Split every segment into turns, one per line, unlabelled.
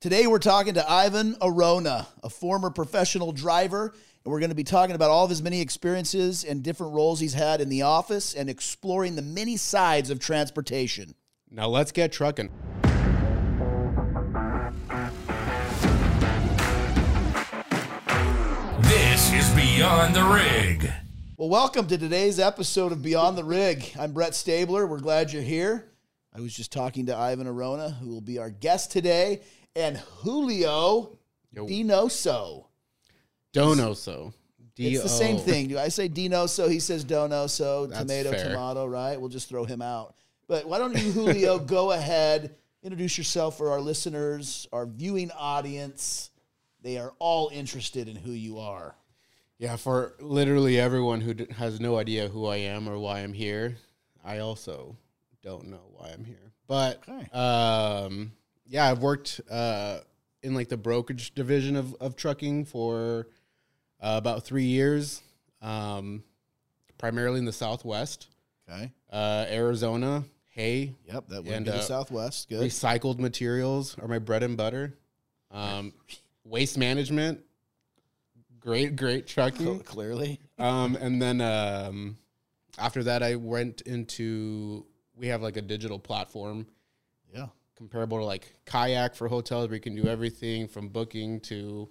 Today we're talking to Ivan Arona, a former professional driver, and we're going to be talking about all of his many experiences and different roles he's had in the office and exploring the many sides of transportation.
Now let's get trucking.
This is Beyond the Rig.
Well, welcome to today's episode of Beyond the Rig. I'm Brett Stabler. We're glad you're here. I was just talking to Ivan Arona, who will be our guest today, and Julio
Yo.
Dinoso.
Donoso. D-O.
It's the same thing. I say Dinoso, he says Donoso,
E That's
tomato,
fair.
tomato, right? We'll just throw him out. But why don't you, Julio, go ahead, introduce yourself for our listeners, our viewing audience. They are all interested in who you are.
Yeah, for literally everyone who d- has no idea who I am or why I'm here, I also don't know why I'm here. But
Okay.
um, yeah, I've worked uh, in like the brokerage division of, of trucking for uh, about three years, um, primarily in the Southwest,
Okay.
uh, Arizona, hay,
Yep, that
And,
would be the
uh,
Southwest. Good.
recycled materials are my bread and butter. Um, waste management, great, great trucking.
Clearly.
Um, and then um, after that, I went into we have like a digital platform
Yeah.
comparable to like kayak for hotels where you can do everything from booking to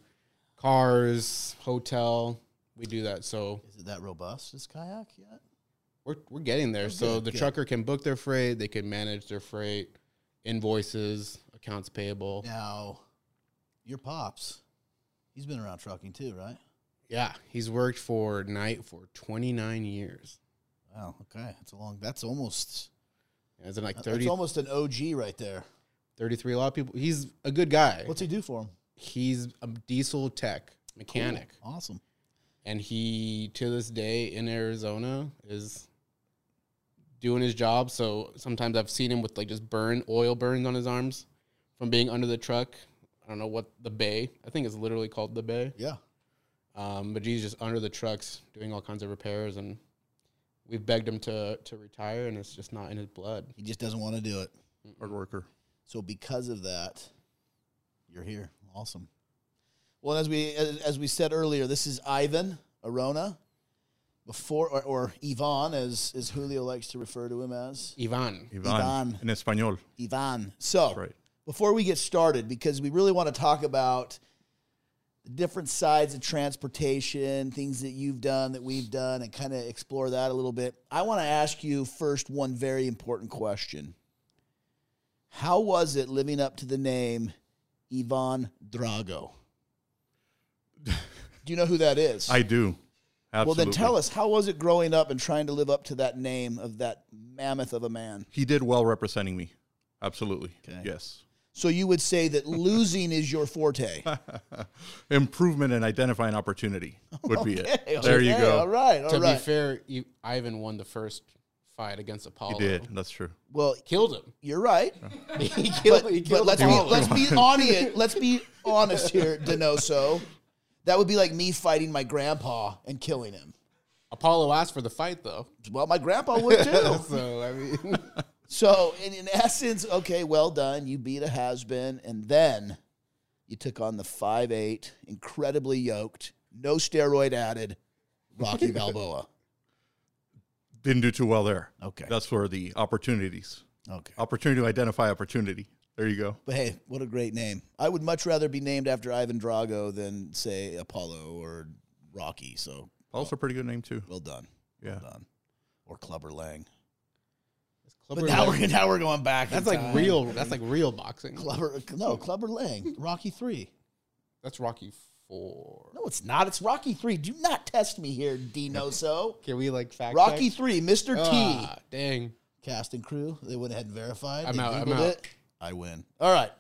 cars, hotel. We do that. So
Is it that robust, this kayak yet?
we're, we're getting there. so
good,
the
good.
trucker can book their freight, they can manage their freight, invoices, accounts payable.
Now, your pops, he's been around trucking too, right?
Yeah, he's worked for Knight for 29 years.
Wow. Okay. That's a long, that's almost,
As in like
that's
30,
almost an OG right there.
33, a lot of people. He's a good guy.
What's he do for him?
He's a diesel tech mechanic.
Awesome.
And he, to this day in Arizona, is doing his job. So sometimes I've seen him with like just burn, oil burns on his arms from being under the truck. I don't know what the bay, I think it's literally called the bay.
Yeah.
Um, but he's just under the trucks doing all kinds of repairs. And we've begged him to, to retire, and it's just not in his blood.
He just doesn't want to do it.
Hard worker.
So because of that, you're here. Awesome. Well, as we as, as we said earlier, this is Ivan Arona, before or, or Ivan, as as Julio likes to refer to him as
Ivan.
Ivan.
Ivan. In Espanol.
Ivan. So
right.
before we get started, because we really want to talk about the different sides of transportation, things that you've done, that we've done, and kind of explore that a little bit, I want to ask you first one very important question. How was it living up to the name Ivan Drago? Do you know who that is?
I do. Absolutely.
well, then tell us, how was it growing up and trying to live up to that name of that mammoth of a man?
He did well representing me. Absolutely.
Okay.
Yes.
So you would say that losing is your forte.
Improvement and identifying opportunity would be
Okay,
it. There you
okay,
go.
All right, all
to
right.
be fair, I- Ivan won the first fight against
He
Apollo.
did. That's true.
Well,
Killed him.
you're right,
he
but,
killed, he
but
killed
let's be,
Apollo.
let's be honest. Let's be honest here, Denoso. That would be like me fighting my grandpa and killing him.
Apollo asked for the fight, though.
Well, my grandpa would too.
So, I mean,
so, in, in essence, okay, well done. You beat a has been, and then you took on the five eight, incredibly yoked, no steroid added, Rocky Balboa.
Didn't do too well there.
Okay.
That's where the opportunities.
Okay.
Opportunity to identify opportunity. There you go.
But hey, what a great name. I would much rather be named after Ivan Drago than, say, Apollo or Rocky. So
Also a pretty good name too.
well done.
Yeah.
Well done. Or Clubber Lang.
Clubber
But now
Lang-
we're, now we're going back. in
that's like
time.
real. That's like real boxing.
Clubber. No, Clubber Lang. Rocky 3.
That's Rocky Four.
No, it's not. It's Rocky 3. Do not test me here, Dinoso.
Can we like fact
Rocky
check?
3, Mr. T.
Ah, dang.
Cast and crew. They went ahead and verified.
I'm
They
out, I'm
Googled
out.
It. I win. All right.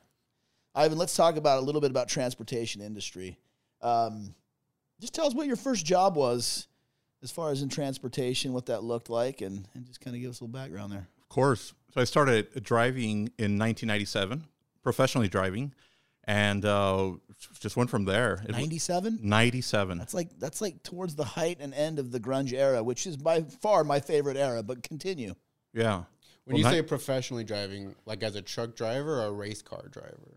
Ivan, let's talk about a little bit about transportation industry. Um, just tell us what your first job was as far as in transportation, what that looked like, and, and just kind of give us a little background there.
Of course. So I started driving in 1997, professionally driving, and uh, just went from there. It-
97?
97.
That's like that's like towards the height and end of the grunge era, which is by far my favorite era, but continue.
yeah.
When
Well,
you
ni-
say professionally driving, like as a truck driver or a race car driver,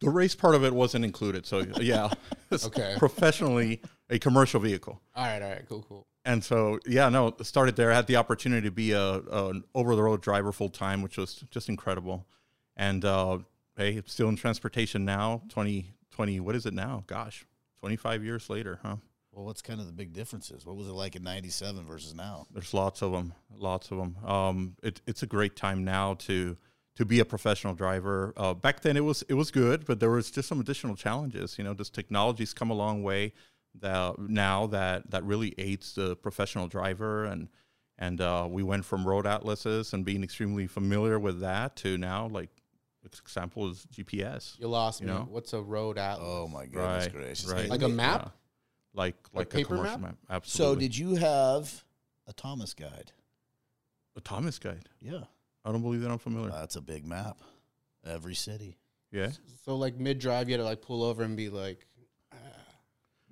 the race part of it wasn't included. So yeah, It's
Okay.
professionally a commercial vehicle.
All right, all right, cool, cool.
And so yeah, no, started there. I had the opportunity to be a an over the road driver full time, which was just incredible. And uh, hey, still in transportation now. 20, 20 What is it now? Gosh, twenty five years later, huh?
Well, what's kind of the big differences? What was it like in '97 versus now?
There's lots of them, lots of them. Um, it, it's a great time now to to be a professional driver. Uh, back then, it was it was good, but there was just some additional challenges. You know, this technology's come a long way that now that that really aids the professional driver, and and uh, we went from road atlases and being extremely familiar with that to now like example is GPS,
You lost
You
me.
know?
What's a road atlas?
Oh my goodness
Right,
gracious!
right.
Hey,
like a
let me-
map?
Yeah. like like, a
paper
commercial
map?
map.
So
Absolutely.
did you have
a Thomas guide.
the Thomas Guide?
Yeah,
I don't believe that I'm familiar.
Uh,
that's a big map. Every city.
yeah.
So like mid drive, you had to like pull over and be like,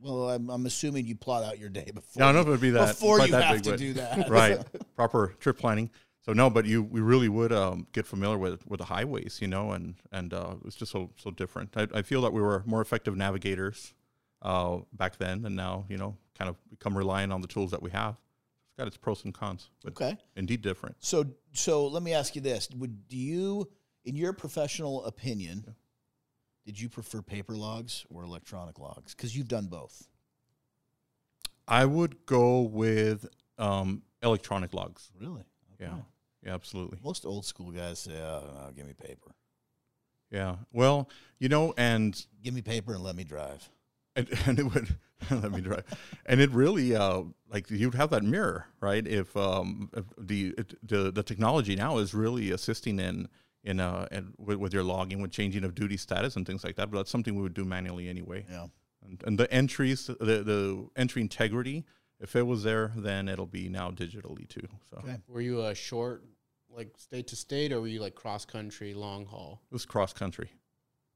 well, I'm, I'm assuming you plot out your day before.
Yeah, I don't know if it would be that
before
quite
you
that
have
big,
to
but-
do that.
right? Proper trip planning. So no, but you we really would um, get familiar with with the highways, you know, and and uh, it was just so so different. I, I feel that we were more effective navigators uh, back then, and now you know, kind of become reliant on the tools that we have. It's got its pros and cons, but
Okay.
indeed different.
So so let me ask you this: Would do you, in your professional opinion,
Did you prefer paper logs or electronic logs?
because you've done both?
I would go with um, electronic logs.
Really?
Oh,
Yeah,
Okay.
yeah, absolutely.
Most old school guys say, "Oh no, give me paper.
Yeah. Well, you know, and
Give me paper and let me drive."
and, and it would let me drive and it really uh like you'd have that mirror right if um if the it, the the technology now is really assisting in in uh and with, with your logging with changing of duty status and things like that but that's something we would do manually anyway
Yeah.
and, and the entries the the entry integrity if it was there then it'll be now digitally too so
Okay.
it
were you a short like state to state or were you like cross country long haul?
was cross country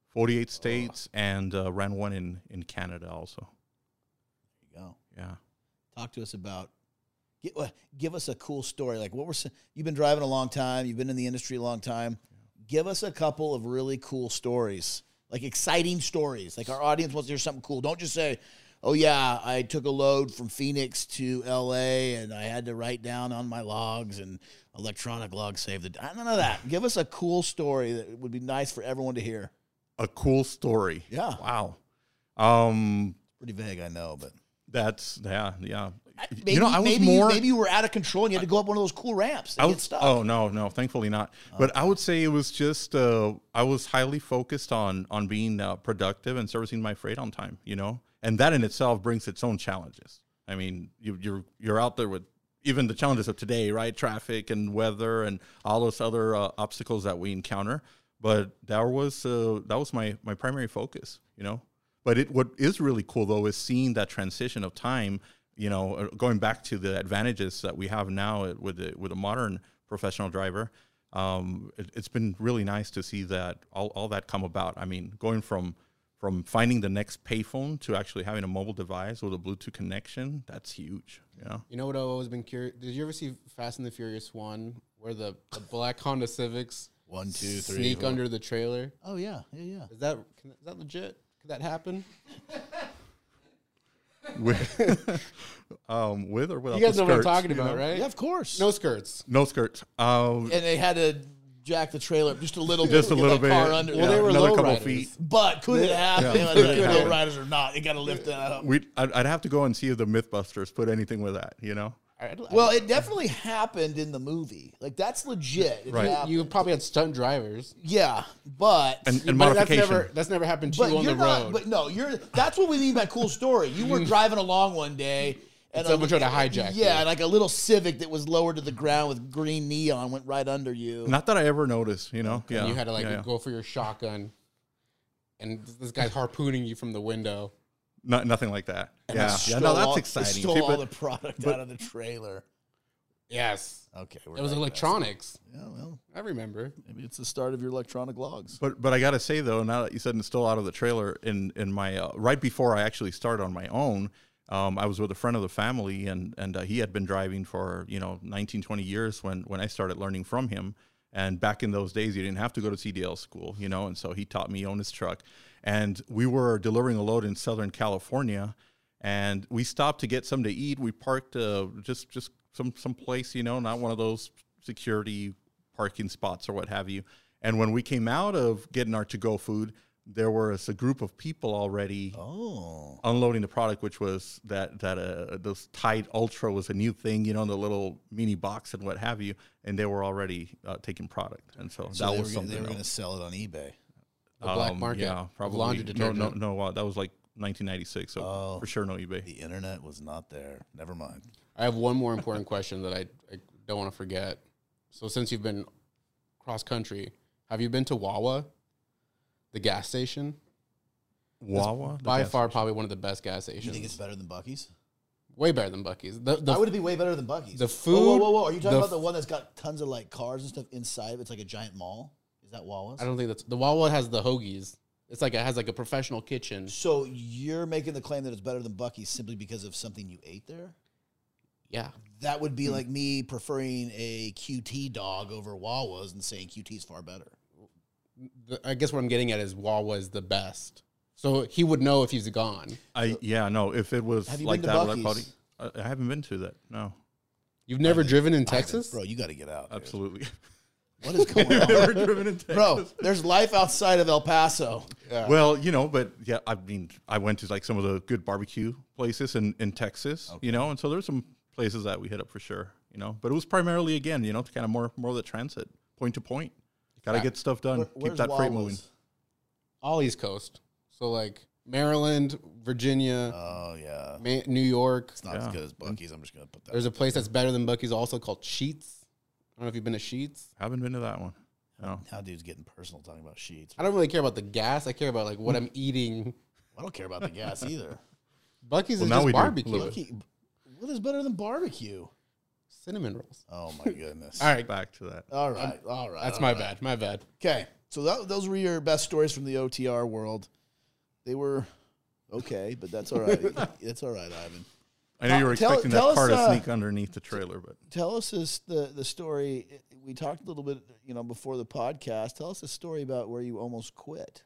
48 states and uh, ran one in in canada also
There you go.
yeah
Talk to us about. gi- uh, Give us a cool story. Like what were some, you've been driving a long time. You've been in the industry a long time. Give us a couple of really cool stories, like exciting stories. Like our audience wants to hear something cool. Don't just say, "Oh yeah, I took a load from Phoenix to L.A. and I had to write down on my logs and electronic logs saved the." d-" None of that. Give us a cool story that would be nice for everyone to hear.
a cool story
Yeah.
wow um
Pretty vague, I know, but
That's yeah, yeah.
Maybe,
you know, I was
maybe
more.
maybe you were out of control and you had to go up one of those cool ramps. And
I
get
was,
stuck.
oh no, no, thankfully not. But I would say it was just uh, I was highly focused on on being uh, productive and servicing my freight on time. You know, and that in itself brings its own challenges. I mean, you, you're you're out there with even the challenges of today, right? Traffic and weather and all those other uh, obstacles that we encounter. But that was uh, that was my my primary focus. You know, But it what is really cool though is seeing that transition of time. You know, uh, going back to the advantages that we have now uh, with the, with a modern professional driver, um, it, it's been really nice to see that all, all that come about. I mean, going from from finding the next payphone to actually having a mobile device with a Bluetooth connection, that's huge. You know,
You know what I've always been curious? Did you ever see Fast and the Furious one where the, the black Honda Civics
one, two, three.
sneak
four.
under the trailer?
Oh yeah, yeah, yeah.
Is that can, is that legit? Could that happen?
with, um, with or without
You guys
the
know what I'm
skirts,
talking
you know?
about, right?
yeah, of course.
No skirts.
No skirts. Um,
and they had to jack the trailer up just a little bit.
just
to
a
get
little
that
bit.
Car under
Well,
there.
they were
another
low
couple
riders.
feet.
But could it happen?
Yeah.
I don't know,
Could
low
happen.
riders or not, they got to lift that up.
We, I'd, I'd have to go and see if the MythBusters put anything with that. You know,
I- I-
Well, it definitely happened in the movie. Like that's legit. It
Right.
happened.
you probably had stunt drivers.
yeah, but
and, and
But
modification.
That's never, that's never happened to
but
you on
you're
the
not.
road.
But no, you're. That's what we mean by cool story. You were driving along one day. And
someone
li-
tried to hijack
Yeah,
you.
like a little Civic that was lowered to the ground with green neon went right under you.
Not that I ever noticed. You know, yeah.
and you had to like
yeah, yeah.
go for your shotgun, and this- this guy's harpooning you from the window.
Not, nothing like that. Yeah, yeah.
Stole
No, that's
all-
exciting.
Stole
See,
all
but-
the product out of the trailer.
Yes,
Okay, we're
it was
digressing.
electronics.
Yeah, well,
I remember.
maybe it's the start of your electronic logs.
But but I gotta say though, now that you said it's still out of the trailer, in in my uh, right before I actually started on my own, um, I was with a friend of the family, and and uh, he had been driving for you know 19, 20 years when when I started learning from him, And back in those days, you didn't have to go to CDL school, you know. And so he taught me on his truck. And we were delivering a load in Southern California, and we stopped to get something to eat. We parked uh, just just some some place, you know, not one of those security parking spots or what have you. And when we came out of getting our to go food, there was a group of people already
Oh,
unloading the product, which was that that uh, those Tide Ultra was a new thing, you know, in the little mini box and what have you, and they were already uh, taking product, and so,
so
that
they
was
were gonna-
something.
they were going to
else.
sell it on eBay.
The black
Um,
market.
yeah,
of
probably.
Laundry
no,
detergent.
no, no, uh, that was like 1996, so
Oh.
for sure no eBay.
The internet was not there. Never mind.
I have one more important question that I, I don't want to forget. So since you've been cross country, have you been to Wawa, the gas station?
Wawa, the
By
gas-
far, probably one of the best gas
You
stations.
think it's better than Bucky's?
Way better than Bucky's. The, the,
I would be way better than Bucky's.
the
Whoa,
food.
whoa, whoa, whoa. Are you talking
the
about the
f-
one that's got tons of like cars and stuff inside? of it? It's like a giant mall. Is that Wawa's?
I don't think that's the Wawa has the hoagies. It's like it has like a professional kitchen.
So you're making the claim that it's better than Bucky's simply because of something you ate there?
Yeah,
That would be
Hmm.
like me preferring a QT dog over Wawa's and saying QT is far better.
The- I guess what I'm getting at is Wawa is the best. So he would know if he's gone.
I yeah, no. If it was
Have you
like
been to
that, I'd probably,
Buc-ee's?
I, I haven't been to that. No,
You've never driven in Texas?
Bro, you got to get out. dude.
absolutely.
What is going on?
Never driven in Texas.
Bro, there's life outside of El Paso.
Well, you know, but yeah, I mean, I went to like some of the good barbecue places in, in Texas, you know, and so there's some places that we hit up for sure, you know, but it was primarily again, you know, kind of more more of the transit, point to point. Got to
Yeah.
get stuff done,
Where-
keep
where's
that freight
Wawa's?
moving.
All East Coast. So like Maryland, Virginia,
Oh yeah,
Ma- New York.
it's not as
Yeah.
good as Bucky's. I'm just going to put that.
There's a place that's better than Bucky's also called Sheets. I don't know if you've been to Sheets.
Haven't been to that one. No.
now, dude's getting personal talking about sheets.
I don't really care about the gas. I care about like what I'm eating.
I don't care about the gas either.
Bucky's
Well,
is
now
just
we do, a
barbecue.
little
Bucky, what is better than barbecue?
Cinnamon rolls.
Oh my goodness.
All right.
Back to that.
All right, all right.
Uh,
That's my bad. My bad.
Okay, so that, those were your best stories from the OTR world. They were okay, but that's all right. that's all right, Ivan.
I know you were
tell-
expecting
tell
that
us,
car to
uh,
sneak underneath the trailer, but
Tell us this, the the story. We talked a little bit, you know, before the podcast. Tell us a story about where you almost quit.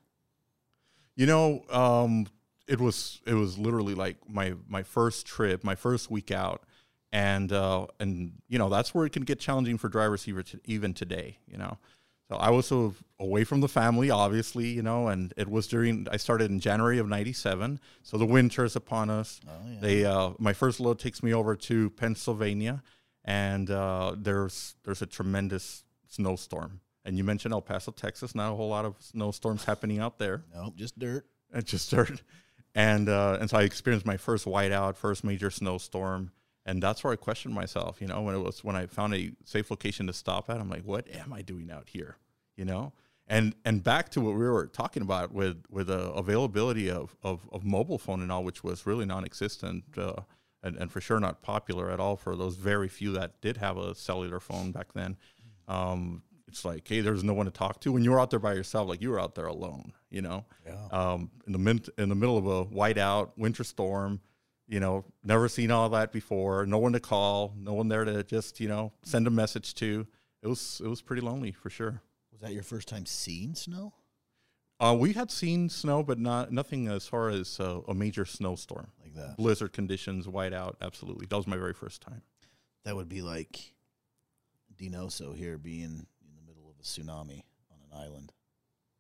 You know, um, it was it was literally like my my first trip, my first week out, and uh, and you know that's where it can get challenging for drivers even to, even today. You know, so I was sort of away from the family, obviously. You know, and it was during I started in January of '97, so the winter is upon us.
Oh,
Oh,
They uh, my first load takes me over to Pennsylvania, and uh, there's there's a tremendous snowstorm. And you mentioned El Paso, Texas. Not a whole lot of snowstorms happening out there.
Nope, just dirt.
It just started, and uh, and so I experienced my first whiteout, first major snowstorm, and that's where I questioned myself. You know, when it was when I found a safe location to stop at, I'm like, what am I doing out here? You know, and and back to what we were talking about with with the availability of of, of mobile phone and all, which was really non-existent. Uh, and, and for sure not popular at all for those very few that did have a cellular phone back then. Um, it's like, hey, there's no one to talk to. When you were out there by yourself, like you were out there alone, you know, um, in the min- in the middle of a whiteout winter storm, you know, never seen all that before. No one to call, no one there to just you know send a message to. It was it was pretty lonely for sure.
Was that your first time seeing snow?
Uh, we had seen snow, but not nothing as far as uh, a major snowstorm
Like that.
blizzard conditions, whiteout. Absolutely, that was my very first time.
That would be like Dinoso here being in the middle of a tsunami on an island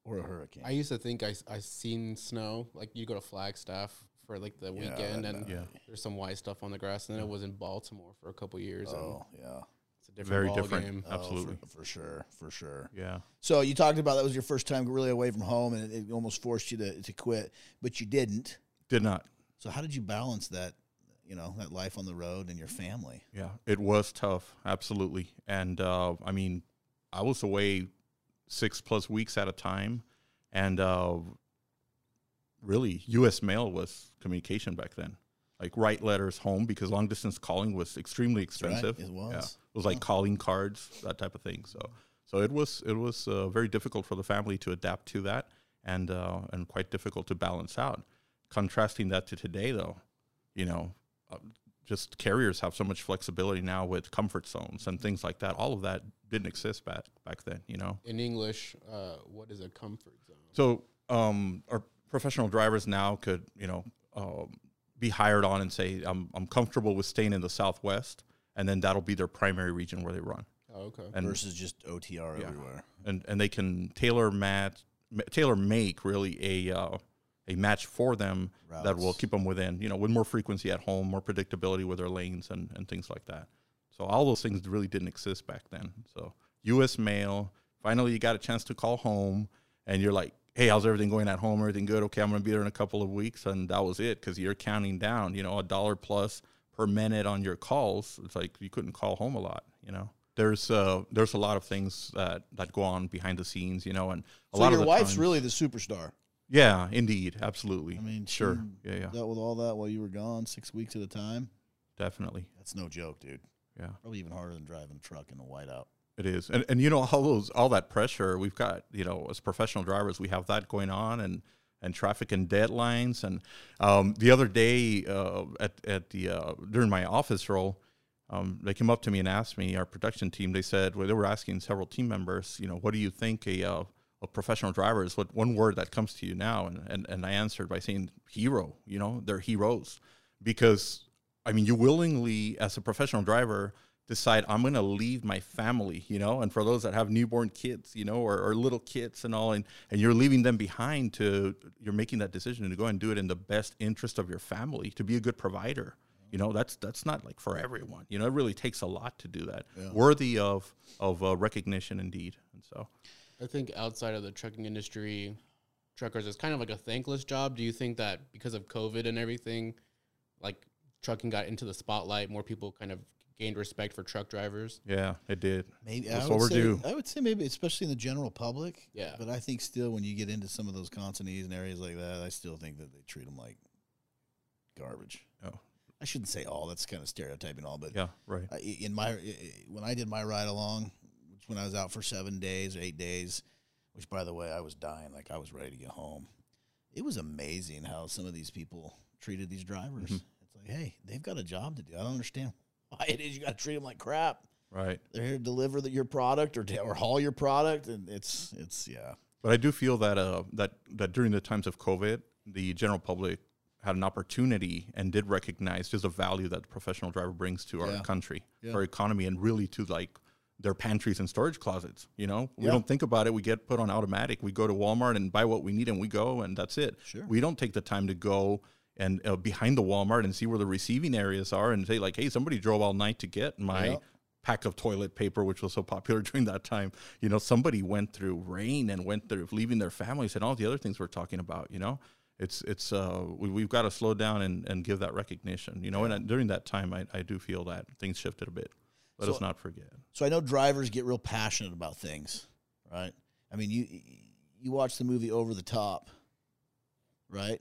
or a hurricane.
I used to think I I seen snow. Like you go to Flagstaff for like the weekend, and
Yeah.
there's some white stuff on the grass. And then it was in Baltimore for a couple years. and
oh yeah,
it's a different
very
ball
different.
game.
Oh, for-
Absolutely.
for, sure, for sure.
Yeah.
So you talked about that was your first time really away from home, and it, it almost forced you to, to quit, but you didn't.
Did not.
So how did you balance that? You know, that life on the road and your family.
Yeah, it was tough, absolutely. And uh, I mean, I was away six plus weeks at a time, and uh, really, U.S. mail was communication back then. Like write letters home because long distance calling was extremely
right,
expensive.
it was.
Yeah. It was like calling cards, that type of thing. So, so it was it was uh, very difficult for the family to adapt to that, and uh, and quite difficult to balance out. Contrasting that to today, though, you know, uh, just carriers have so much flexibility now with comfort zones and things like that. All of that didn't exist back back then. You know,
In English, uh, what is a comfort zone?
so um, our professional drivers now could you know um, be hired on and say I'm I'm comfortable with staying in the Southwest, and then that'll be their primary region where they run.
Oh, okay.
And
versus just OTR everywhere.
and and they can tailor match ma- tailor make really a uh, a match for them that will
Routes.
keep them within you know with more frequency at home more predictability with their lanes and and things like that so all those things really didn't exist back then so us mail finally you got a chance to call home and you're like hey how's everything going at home everything good okay i'm gonna be there in a couple of weeks and that was it because you're counting down you know a dollar plus per minute on your calls it's like you couldn't call home a lot you know there's uh there's a lot of things that that go on behind the scenes you know and a
so
lot
your
of the
wife's
times-
really the superstar.
yeah indeed absolutely
I mean,
sure
she
yeah yeah
Dealt with all that while you were gone, six weeks at a time.
definitely
That's no joke, dude.
yeah
Probably even harder than driving a truck in the whiteout.
It is, and and you know all those all that pressure we've got. You know, as professional drivers, we have that going on, and and traffic and deadlines. And um, the other day uh, at at the uh, during my office role, um, they came up to me and asked me our production team. They said well, they were asking several team members, you know, what do you think a uh, a professional driver is? What one word that comes to you now? And and and I answered by saying hero. You know, they're heroes because I mean, you willingly, as a professional driver, decide I'm going to leave my family, you know, and for those that have newborn kids, you know, or, or little kids and all, and, and you're leaving them behind to, you're making that decision to go and do it in the best interest of your family, to be a good provider. You know, that's, that's not like for everyone, you know, it really takes a lot to do that worthy of, of uh, recognition indeed. And so,
I think outside of the trucking industry, truckers is kind of like a thankless job. Do you think that because of COVID and everything, like trucking got into the spotlight, more people kind of gained respect for truck drivers?
yeah, it did.
Maybe
That's
I would
what we're
say,
due.
I would say maybe, especially in the general public.
Yeah.
But I think still, when you get into some of those consonants and areas like that, I still think that they treat them like garbage.
Oh.
I shouldn't say all. That's kind of stereotyping all, but
Yeah. Right.
I- in my when I did my ride along, which when I was out for seven days or eight days, which by the way I was dying, like I was ready to get home. It was amazing how some of these people treated these drivers.
Mm-hmm.
It's like, hey, they've got a job to do. I don't understand why it is you got to treat them like crap.
Right.
They're here to deliver the, your product or or haul your product, and it's it's yeah.
But I do feel that uh, that that during the times of COVID, the general public had an opportunity and did recognize just the value that the professional driver brings to our
Yeah.
country,
Yeah.
our economy, and really to like their pantries and storage closets. You know, we
Yeah.
don't think about it. We get put on automatic. We go to Walmart and buy what we need, and we go, and that's it.
Sure.
We don't take the time to go and uh, behind the Walmart and see where the receiving areas are, and say like, hey, somebody drove all night to get my
Yeah.
pack of toilet paper, which was so popular during that time. You know, somebody went through rain and went through leaving their families and all the other things we're talking about. You know, it's it's uh we, we've got to slow down and, and give that recognition. You know, and uh, during that time, I, I do feel that things shifted a bit. Let us not forget.
So I know drivers get real passionate about things, right? I mean, you you watch the movie Over the Top, right?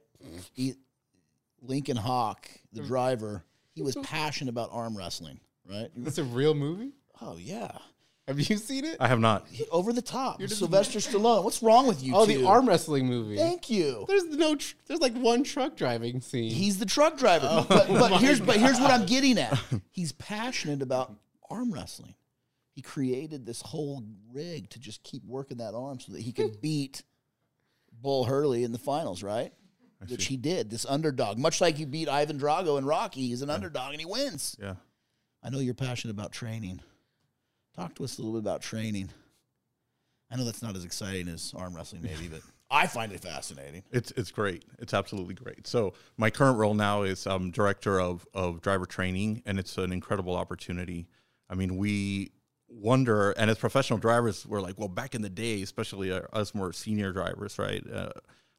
He, Lincoln Hawk, the driver, he was passionate about arm wrestling, right?
That's a real movie?
Oh yeah,
Have you seen it?
I have not.
Over the Top,
just-
Sylvester Stallone. What's wrong with you?
Oh, the
two?
arm wrestling movie.
Thank you.
There's no, tr- there's like one truck driving scene.
He's the truck driver, but, but here's but here's what I'm getting at. He's passionate about arm wrestling. He created this whole rig to just keep working that arm so that he could beat Bull Hurley in the finals, right? Which he did. This underdog, much like he beat Ivan Drago in Rocky, he's an underdog and he wins.
Yeah.
I know you're passionate about training. Talk to us a little bit about training. I know that's not as exciting as arm wrestling, maybe, but I find it fascinating.
It's it's great. It's absolutely great. So my current role now is um, director of of driver training, and it's an incredible opportunity. I mean, we wonder, and as professional drivers, we're like, well, back in the day, especially uh, us more senior drivers, right? Uh,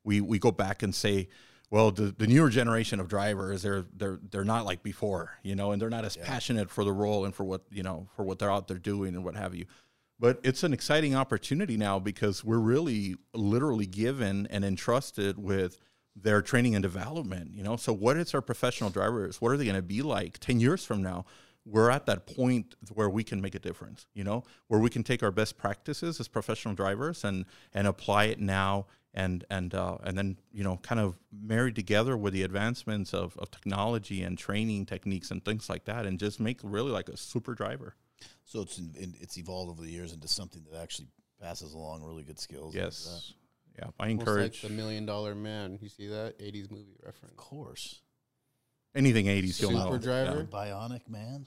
we we go back and say. Well, the, the newer generation of drivers, they're they're they're not like before, you know, and they're not as passionate for the role and for what you know for what they're out there doing and what have you but it's an exciting opportunity now because we're really literally given and entrusted with their training and development you know so what is our professional drivers what are they going to be like 10 years from now we're at that point where we can make a difference you know where we can take our best practices as professional drivers and and apply it now and and uh, and then you know kind of married together with the advancements of, of technology and training techniques and things like that and just make really like a super driver
So it's in, in, it's evolved over the years into something that actually passes along really good skills. uh, like that.
Yes. Yeah. I
Almost like
encourage
the Million Dollar Man. You see that '80s movie reference?
of course.
anything 80s. You'll
Super
know.
Driver.
Yeah.
Bionic Man.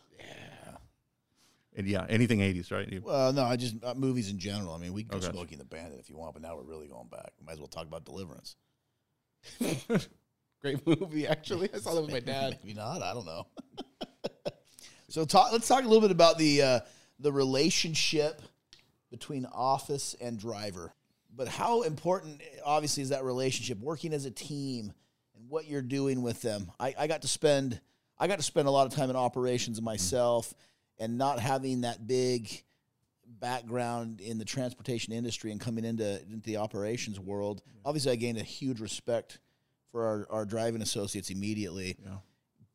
And yeah. Anything 80s, right? You-
Well, no, I just uh, movies in general. I mean, we can go
Okay.
Smokey and the Bandit if you want, but now we're really going back. We might as well talk about Deliverance.
Great movie, actually. I saw that with my dad.
Maybe not. I don't know.
So talk, let's talk a little bit about the uh, the relationship between office and driver. But how important, obviously, is that relationship? Working as a team and what you're doing with them. I, I got to spend I got to spend a lot of time in operations myself, and not having that big background in the transportation industry and coming into, into the operations world, obviously, I gained a huge respect for our, our driving associates immediately
Yeah.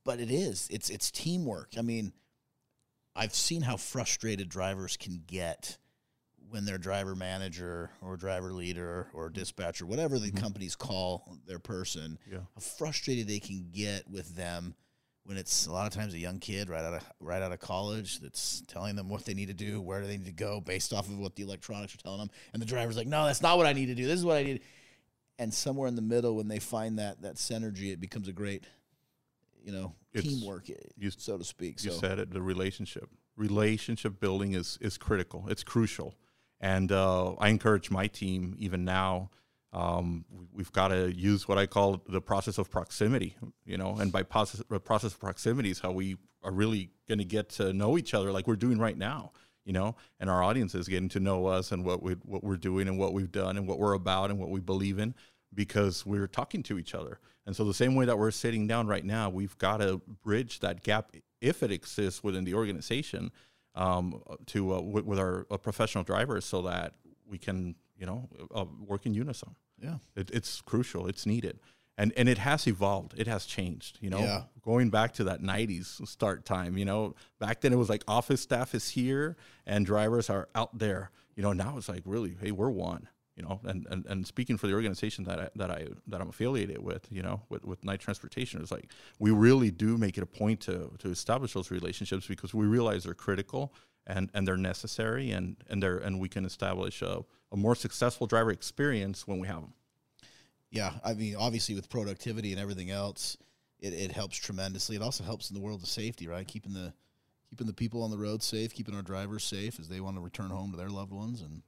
but it is it's it's teamwork i mean
I've seen how frustrated drivers can get when their driver manager or driver leader or dispatcher, whatever the companies call their person,
Yeah.
how frustrated they can get with them when it's a lot of times a young kid right out of right out of college that's telling them what they need to do, where do they need to go based off of what the electronics are telling them, and the driver's like, "No, that's not what I need to do. This is what I need." And somewhere in the middle, when they find that that synergy, it becomes a great, you know,
It's-
teamwork, eh,
you-
so to speak.
you
so
said it the relationship relationship building is is critical it's crucial and uh, i encourage my team even now um, we- we've got to use what i call the process of proximity you know and by process, the process of proximity is how we are really going to get to know each other like we're doing right now you know and our audience is getting to know us and what we what we're doing and what we've done and what we're about and what we believe in because we're talking to each other. And so the same way that we're sitting down right now, we've got to bridge that gap if it exists within the organization um, to uh, with, with our uh, professional drivers so that we can you know uh, work in unison.
Yeah.
it, it's crucial. It's needed. And, and it has evolved. It has changed. You know,
Yeah.
going back to that '90s start time. You know, back then it was like office staff is here and drivers are out there. You know, now it's like really, hey, we're one. You know, and and, and speaking for the organization that I, that I that I'm affiliated with, you know, with, with Night Transportation, it's like we really do make it a point to to establish those relationships because we realize they're critical and and they're necessary and and they're and we can establish a, a more successful driver experience when we have them.
yeah, I mean, obviously with productivity and everything else, it, it helps tremendously. It also helps in the world of safety, right? Keeping the keeping the people on the road safe, keeping our drivers safe as they want to return home to their loved ones, and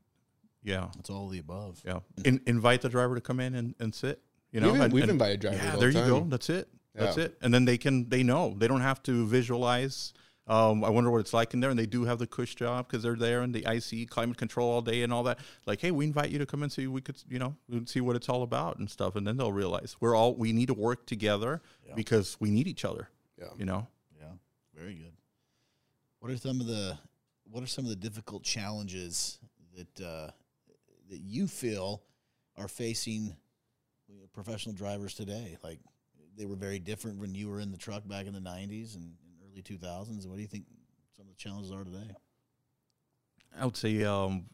Yeah.
it's all of the above.
Yeah. In, invite the driver to come in and, and sit. You know,
We've,
and,
we've
and-
invited drivers.
Yeah,
all
there
the
you go.
time.
That's it. That's
Yeah.
it. And then they can they know they don't have to visualize. Um, I wonder what it's like in there, and they do have the cush job because they're there and the IC climate control all day and all that. Like, hey, we invite you to come and see. We could, you know, we could see what it's all about and stuff. And then they'll realize we're all we need to work together because we need each other.
Yeah.
You know,
Yeah, very good. What are some of the what are some of the difficult challenges that uh, that you feel are facing you know, professional drivers today? Like they were very different when you were in the truck back in the '90s and, and early 2000s. What do you think some of the challenges are today?
I would say um,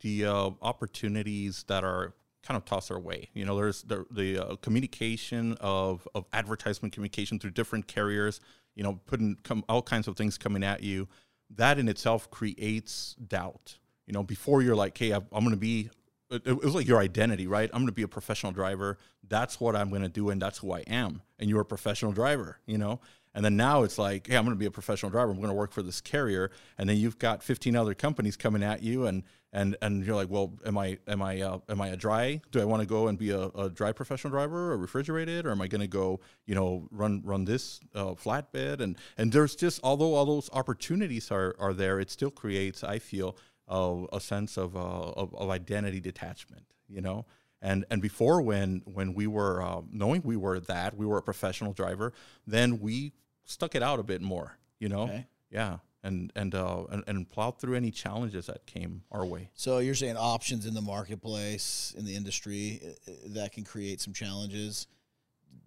the uh, opportunities that are kind of tossed our way. You know, there's the, the uh, communication of, of advertisement communication through different carriers, you know, putting com- all kinds of things coming at you. That in itself creates doubt. You know, before you're like, hey, I'm going to be, it, it was like your identity, right? I'm going to be a professional driver. That's what I'm going to do, and that's who I am. And you're a professional driver, you know? And then now it's like, hey, I'm going to be a professional driver. I'm going to work for this carrier, and then you've got 15 other companies coming at you, and and and you're like, well, am I am I uh, am I a dry? Do I want to go and be a, a dry professional driver or refrigerated, or am I going to go, you know, run run this uh, flatbed? And and there's just although all those opportunities are are there, it still creates, I feel, uh, a sense of, uh, of of identity detachment, you know. And and before when when we were um, knowing we were that we were a professional driver, then we stuck it out a bit more, you know.
Okay.
Yeah, and and uh and, and plowed through any challenges that came our way.
So you're saying options in the marketplace in the industry uh, uh, that can create some challenges.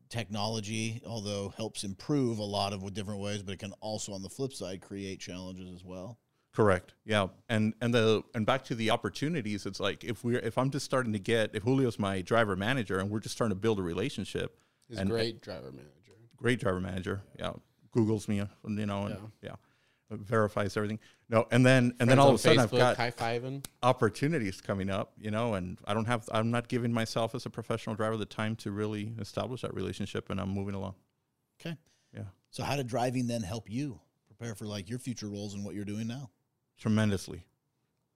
Technology, although helps improve a lot of different ways, but it can also, on the flip side, create challenges as well.
Correct. Yeah, and and the and back to the opportunities. It's like if we're if I'm just starting to get if Julio's my driver manager and we're just starting to build a relationship.
He's a
and
great driver manager.
great driver manager. Yeah, Google's me, you know, and, yeah. verifies everything. No, and then and then
Friends
all
on
of a sudden I've
Facebook,
got
high fiving.
opportunities coming up, you know, and I don't have I'm not giving myself as a professional driver the time to really establish that relationship, and I'm moving along.
Okay.
Yeah.
So how did driving then help you prepare for like your future roles and what you're doing now?
tremendously.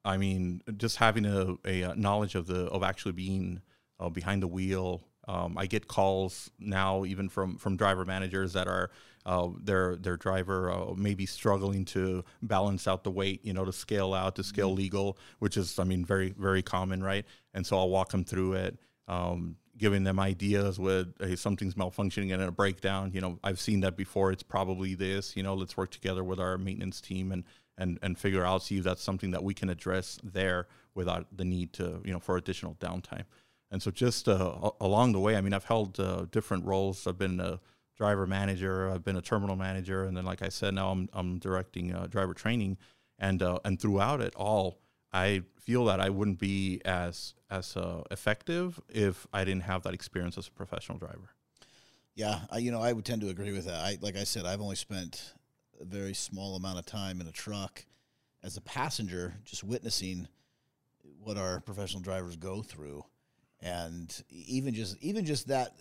I mean, just having a, a uh, knowledge of the of actually being uh, behind the wheel. Um, I get calls now, even from from driver managers that are uh, their their driver uh, maybe struggling to balance out the weight, you know, to scale out to scale legal, which is I mean very very common, right? And so I'll walk them through it. Um, giving them ideas with hey something's malfunctioning and a breakdown you know i've seen that before it's probably this you know let's work together with our maintenance team and and and figure out see if that's something that we can address there without the need to you know for additional downtime and so just uh, a- along the way i mean i've held uh, different roles i've been a driver manager i've been a terminal manager and then like i said now i'm, I'm directing uh, driver training and uh, and throughout it all I feel that I wouldn't be as as uh, effective if I didn't have that experience as a professional driver.
Yeah, I, you know, I would tend to agree with that. I like I said, I've only spent a very small amount of time in a truck as a passenger, just witnessing what our professional drivers go through, and even just even just that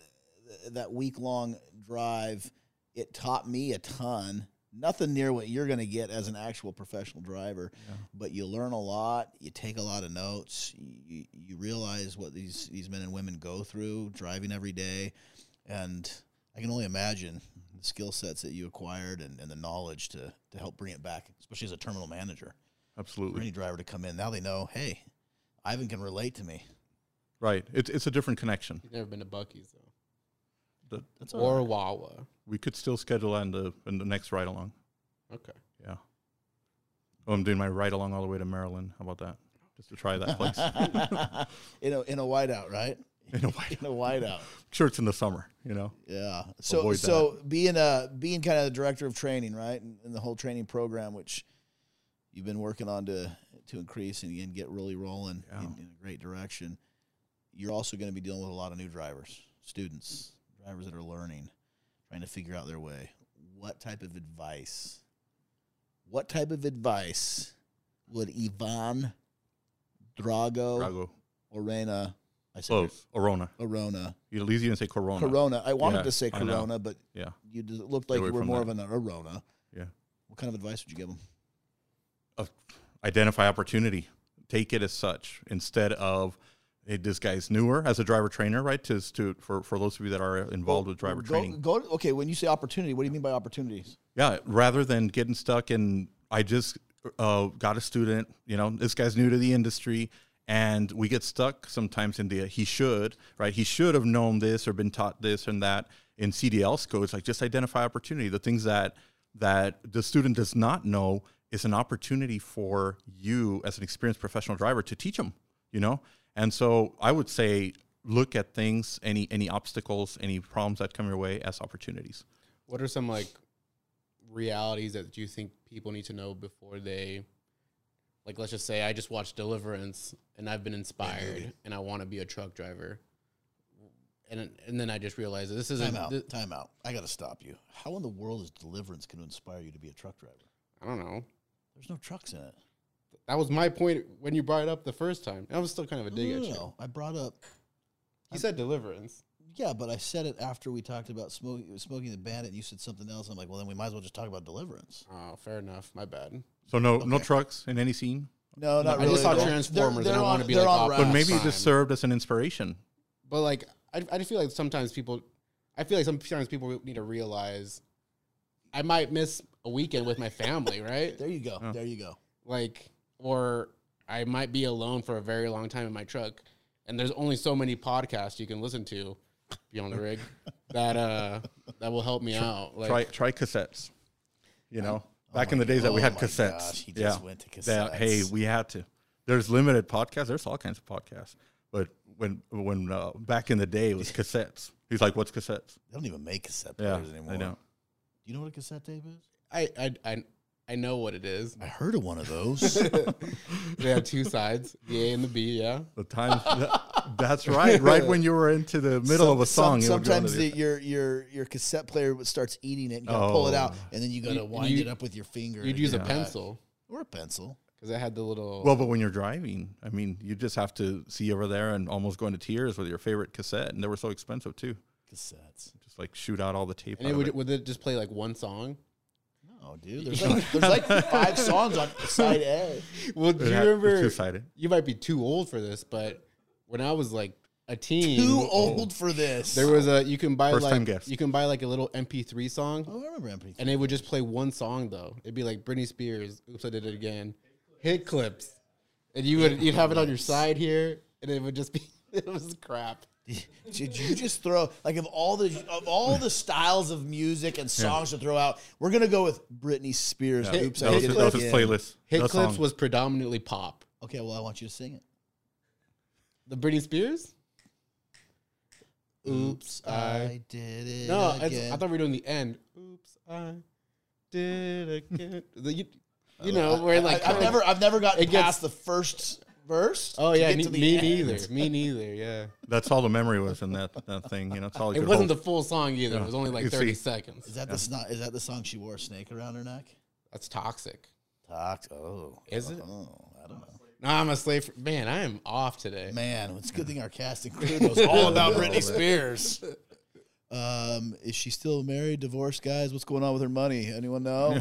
that week long drive, it taught me a ton. Nothing near what you're going to get as an actual professional driver, but you learn a lot. You take a lot of notes. You, you realize what these these men and women go through driving every day and I can only imagine the skill sets that you acquired and, and the knowledge to to help bring it back, especially as a terminal manager. For any
Absolutely,
driver to come in, now they know, hey, Ivan can relate to me.
right? It's it's a different connection.
He's never been to Bucky's though,
That
That's
or
all right.
Wawa.
we could still schedule that in the in the next ride along.
Okay,
Yeah. Oh, I'm doing my ride along all the way to Maryland. How about that? Just to try that place.
in a in a whiteout, right?
you know, why-
In a whiteout.
sure, it's in the summer. You know,
Yeah. So
Avoid
so being a being kind of the director of training, right, and, and the whole training program, which you've been working on to to increase and, and get really rolling in, in a great direction. You're also going to be dealing with a lot of new drivers, students, drivers that are learning, trying to figure out their way. What type of advice? What type of advice would Ivan Drago,
Drago.
Orena? I said
Close. Arona.
Orona.
You least you didn't say Corona.
Corona. I wanted
Yeah,
to say
I know.
Corona, but
Yeah.
you just looked like
away
you were
from
more
that.
of an arona.
Yeah.
What kind of advice would you give them?
uh, identify opportunity. Take it as such instead of hey, this guy's newer as a driver trainer, right? To, to for, for those of you that are involved with driver
go,
training,
Go, okay, when you say opportunity, what do you mean by opportunities?
yeah. Rather than getting stuck in, I just uh, got a student. You know, this guy's new to the industry, and we get stuck sometimes in the he should, right? He should have known this or been taught this and that. In CDL's codes, like just identify opportunity. The things that that the student does not know is an opportunity for you as an experienced professional driver to teach them you know and so i would say look at things any any obstacles any problems that come your way as opportunities
what are some like realities that you think people need to know before they, like, let's just say I just watched Deliverance and I've been inspired and I want to be a truck driver, and and then I just realized that this isn't.
Time out.
thi-
Time out. I got to stop you. How in the world is deliverance going to inspire you to be a truck driver?
I don't know.
There's no trucks in it.
That was my point when you brought it up the first time. I was still kind of a
No,
dig
no,
at
no,
you.
no. I brought up,
He said Deliverance.
yeah, but I said it after we talked about smoking, smoking the bandit, and you said something else. I'm like, well, then we might as well just talk about deliverance.
Oh, fair enough. My bad.
so no no
Okay.
trucks in any scene
No, not
I just saw Transformers and I want to be like. Optimus
but maybe it
Prime.
just served as an inspiration
But like, I, I just feel like sometimes people, I feel like sometimes people need to realize, I might miss a weekend with my family, right?
There you go. There you go.
Like, or I might be alone for a very long time in my truck, and there's only so many podcasts you can listen to, beyond the rig, that uh that will help me out. Like,
try try cassettes you know back in the days that we
oh
had
my
cassettes
gosh, he just
yeah
went to
That, hey
cassettes.
we had to there's limited podcasts there's all kinds of podcasts but when when uh, back in the day it was cassettes he's like what's cassettes
They don't even make cassette
yeah
players anymore.
i know
Do you know what a cassette tape is?
I, I I I know what it is.
I heard of one of those.
They have two sides, the A and the B. Yeah,
the times the, That's right. Right when you were into the middle
Some-
of a song,
some-
it would go into
sometimes
the-
the, your your your cassette player would- starts eating it, and you gotta pull it out,
Oh.
and then you gotta
You-
wind
you-
it up with your finger.
You'd
to
use
get
a
it back.
pencil
or a pencil.
because it had the little.
Well, but when you're driving, I mean, you just have to see over there and almost go into tears with your favorite cassette, and they were so expensive too.
Cassettes.
Just like shoot out all the tape.
and
out
it
of
would,
it.
would it just play like one song?
Oh, dude, there's like, there's like five songs on side A.
Well, do
It
you
had- it was
remember?
two-sided.
You might be too old for this, but when I was like a teen,
Too old for this.
there was a you can buy
First time
like
guess.
you can buy like a little MP3 song,
oh, I remember MP3.
and it would just play one song though. It'd be like Britney Spears, "Oops, I Did It Again," hit clips, and you would you'd have it on your side here, and it would just be it was crap.
Did you just throw like of all the of all the styles of music and songs to throw out? We're gonna go with Britney Spears.
Yeah,
Oops,
that,
I
was,
did
his-
it
that was his
again.
playlist.
Hit
That
clips
song.
was predominantly pop.
Okay, well, I want you to sing it.
The Britney Spears?
Oops, I did it
No, it's-
again.
I thought we were doing the end. Oops, I did again. The, you, you know, where like
I, have never I've never gotten
It gets-
past the first verse.
Oh
to
yeah,
get
ne-
to the
me
end.
neither. Me neither. Yeah,
That's all the memory was in that, that thing. You know, that's all.
it wasn't the full song either. It was only like
You see.
thirty
Is
seconds.
that the sno- is that the song she wore a snake around her neck?
That's toxic.
Talk. Oh,
Is it?
oh, I don't know.
No, I'm a slave. For, man, I am off today.
Man, it's a good thing our cast included was all about Britney Spears. Um, is she still married, divorced, guys? What's going on with her money? Anyone know?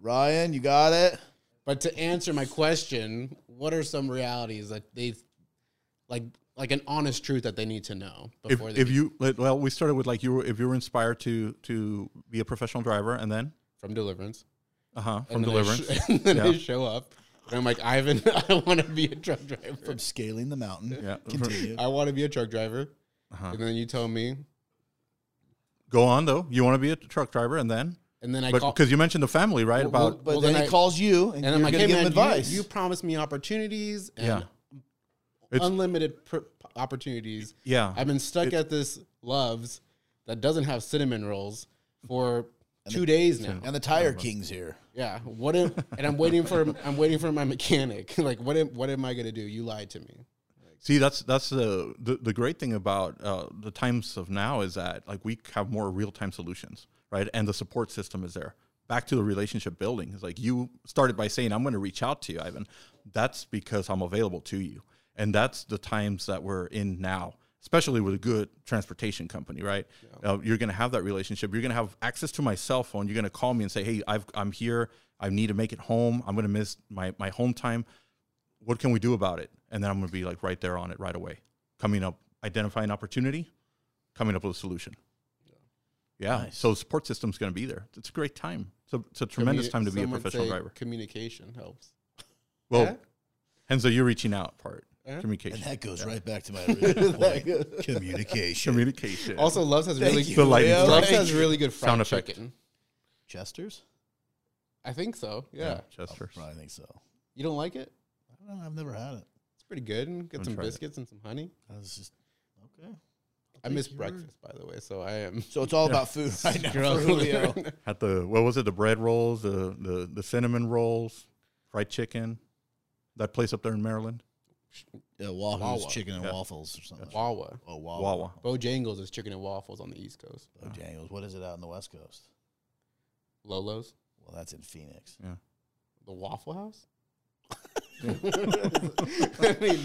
Ryan, you got it?
But to answer my question, what are some realities that they, like, like an honest truth that they need to know
If,
before they
if
get-
you like, well, we started with like you were if you were inspired to to be a professional driver, and then
from Deliverance?
uh huh
And
from
then they
Deliverance.
sh- and then they
Yeah.
show up, and I'm like, Ivan, I want to be a truck driver.
From Scaling the Mountain.
yeah,
Continue.
I want to be a truck driver.
Uh-huh.
And then you tell me,
go on though. You want to be a truck driver, and then
and then I call.
because you mentioned the family, right?
Well,
About
But
Well,
then,
then
he
I-
calls you and,
and I'm
you're
like,
gonna
hey
give
man,
him advice.
You, you promised me opportunities and
Yeah. It's-
unlimited pr- opportunities.
Yeah.
I've been stuck at this Love's that doesn't have cinnamon rolls for two days now.
and the tire king's here.
Yeah, what am, and I'm waiting for I'm waiting for my mechanic. like, what am, what am I gonna do? You lied to me.
See, that's that's the the, the great thing about uh, the times of now is that like we have more real time solutions, right? And the support system is there. Back to the relationship building is like you started by saying, "I'm going to reach out to you, Ivan." That's because I'm available to you, and that's the times that we're in now. Especially with a good transportation company, right? Uh, you're going to have that relationship. You're going to have access to my cell phone. You're going to call me and say, "Hey, I've, I'm here. I need to make it home. I'm going to miss my my home time." what can we do about it? And then I'm going to be like right there on it right away. Coming up, identifying opportunity, coming up with a solution. Yeah. So support system's going to be there. It's a great time. It's a, it's a tremendous
Communi-
time to be a
some would
professional
say
driver.
Communication helps.
Well,
Yeah.
hence the you reaching out part.
And
Communication.
that goes right back to my original point. Communication.
Communication.
Also, Love's has really
you,
the lightning.
Leo.
Love's
Thank
has really good fried
Sound effect.
chicken.
Chester's?
I think so. Yeah.
Chester.
Probably think so.
You don't like it?
I don't know, I've never had it.
It's pretty good. Get some
tried it.
biscuits and some honey.
I was just okay.
I miss breakfast, by the way, so I am
So it's all about food right now. for Julio.
Had the what was it? The bread rolls, the the the cinnamon rolls, fried chicken. That place up there in Maryland,
Yeah, Wahoo's
Wawa.
chicken and
Yeah.
waffles or something.
Wawa.
Oh, Wawa.
Wawa.
Bojangles is chicken and waffles on the East Coast.
Oh, Daniels. What is it out on the West Coast?
Lolo's,
Well, that's in Phoenix.
Yeah.
the Waffle House. I mean,